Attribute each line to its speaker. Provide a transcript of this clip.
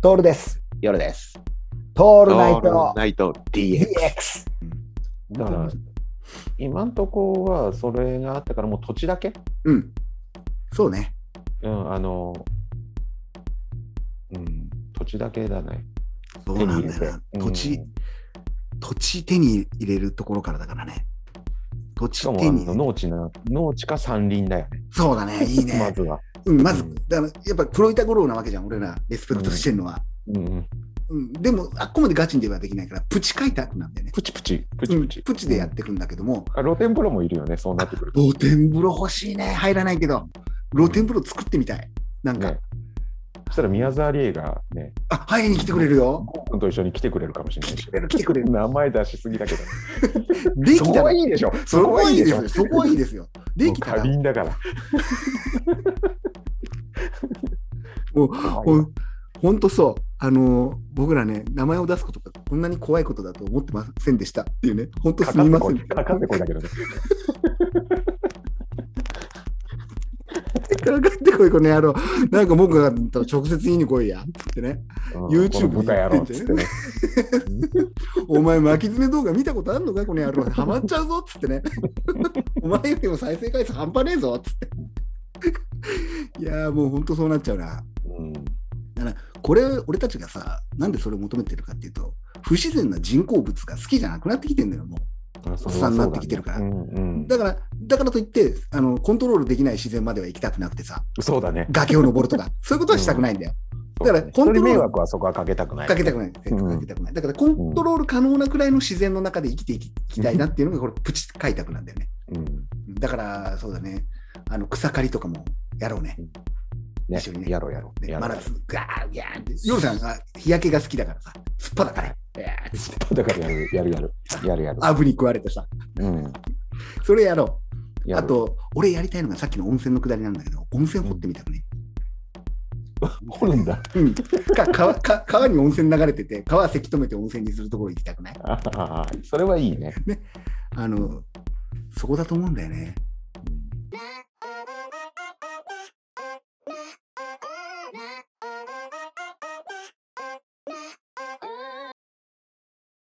Speaker 1: トールです。
Speaker 2: 夜です。
Speaker 1: ト
Speaker 2: オ
Speaker 1: ールナイト
Speaker 2: ナイト DX。
Speaker 1: DX。
Speaker 3: だから今んとこはそれがあったからもう土地だけ、
Speaker 1: うん。そうね。
Speaker 3: うん、あの、うん、土地だけだね。
Speaker 1: そうなんだよ
Speaker 3: 手
Speaker 1: な。
Speaker 3: に
Speaker 1: 土
Speaker 3: 入
Speaker 1: 地、
Speaker 3: れて
Speaker 1: 土地手に入れるところからだからね。土
Speaker 3: し
Speaker 1: 地
Speaker 3: かも
Speaker 1: 手
Speaker 3: あ
Speaker 1: に
Speaker 3: の。農地な農地か山林だよね。
Speaker 1: そうだね。いい
Speaker 3: ま
Speaker 1: ね。
Speaker 3: ずは。
Speaker 1: うん、まず
Speaker 3: うん、
Speaker 1: だからやっぱ黒板五郎なわけじゃん、俺ら、レスペクトしてるのは。
Speaker 3: うんうん、
Speaker 1: うん。でも、あっこまでガチンではできないから、プチ開拓なんだよね。
Speaker 3: プチプチ、プ
Speaker 1: プ
Speaker 3: チプチ。
Speaker 1: プチでやってくんだけども、
Speaker 3: あ露天風呂もいるよね、そうなってくると。
Speaker 1: 露天風呂欲しいね。入らないけど、露天風呂作ってみたい。なんか
Speaker 3: ね、、そしたら宮沢りえがね、
Speaker 1: あ、入りに来てくれるよ。
Speaker 3: ゴーくんと一緒に来てくれるかもしれないし。
Speaker 1: 来てくれる来てくれる
Speaker 3: 名前出しすぎだけ ど。
Speaker 1: で
Speaker 3: そ
Speaker 1: き
Speaker 3: こ
Speaker 1: た
Speaker 3: は
Speaker 1: ら
Speaker 3: いいでしょ。
Speaker 1: そこはいいです
Speaker 3: も
Speaker 1: よ。そこはいいですよ。で
Speaker 3: う
Speaker 1: きたら
Speaker 3: 花、瓶だから。
Speaker 1: もう
Speaker 3: 怖い
Speaker 1: ほ
Speaker 3: わ
Speaker 1: んほんとそう。あのー僕らね、名前を出すことがこんなに怖いことだと思ってませんでしたっていうね、ほんと
Speaker 3: か
Speaker 1: す
Speaker 3: かっ
Speaker 1: み
Speaker 3: て
Speaker 1: ませ
Speaker 3: こ
Speaker 1: ん。
Speaker 3: い、かかってこいだけどね。
Speaker 1: かかってこい、この野郎。なんか文句があったら直接言いに来いや。ってね。
Speaker 3: うん
Speaker 1: YouTube
Speaker 3: この豚野郎っつっ てね。
Speaker 1: お前、巻き爪動画見たことあんのか、この野郎。ハマっちゃうぞっつってね。お前よりも再生回数半端ねえぞっつって。いやーもうほんとそうなっちゃうな。
Speaker 3: うん
Speaker 1: これ、俺たちがさ、なんでそれを求めてるかっていうと、不自然な人工物が好きじゃなくなってきてんだよ、もう。
Speaker 3: おっ
Speaker 1: おっさんになってきてるから
Speaker 3: うんうん、
Speaker 1: だから、だからといって、あの、コントロールできない自然までは行きたくなくてさ、
Speaker 3: そうだね。
Speaker 1: 崖を登るとか、そういうことはしたくないんだよ。だから
Speaker 3: そうね
Speaker 1: コントロール
Speaker 3: 人に迷惑はそこはかけたくない。
Speaker 1: かけたくない。
Speaker 3: うん
Speaker 1: かけたくない。だから、コントロール可能なくらいの自然の中で生きていきたいなっていうのが、これ、プチ開拓なんだよね。
Speaker 3: うん
Speaker 1: だから、そうだね、あの、草刈りとかもやろうね。
Speaker 3: ね
Speaker 1: 一緒にね
Speaker 3: やろうやろう。
Speaker 1: ね
Speaker 3: やろ
Speaker 1: 真
Speaker 3: う
Speaker 1: 夏、ガーギャーって。ヨウさんが日焼けが好きだからさ、すっぱだから、いやーって
Speaker 3: だからやるやるやる。やるやる。
Speaker 1: アブに食われてさ、
Speaker 3: うん
Speaker 1: それやろう。
Speaker 3: やる
Speaker 1: あと、俺やりたいのがさっきの温泉のくだりなんだけど、温泉掘ってみたくね。
Speaker 3: 掘るんだ。
Speaker 1: うん、か川か川に温泉流れてて川せき止めて温泉にするところ行きたくない
Speaker 3: ああそれはいいね。
Speaker 1: あのそこだと思うんだよね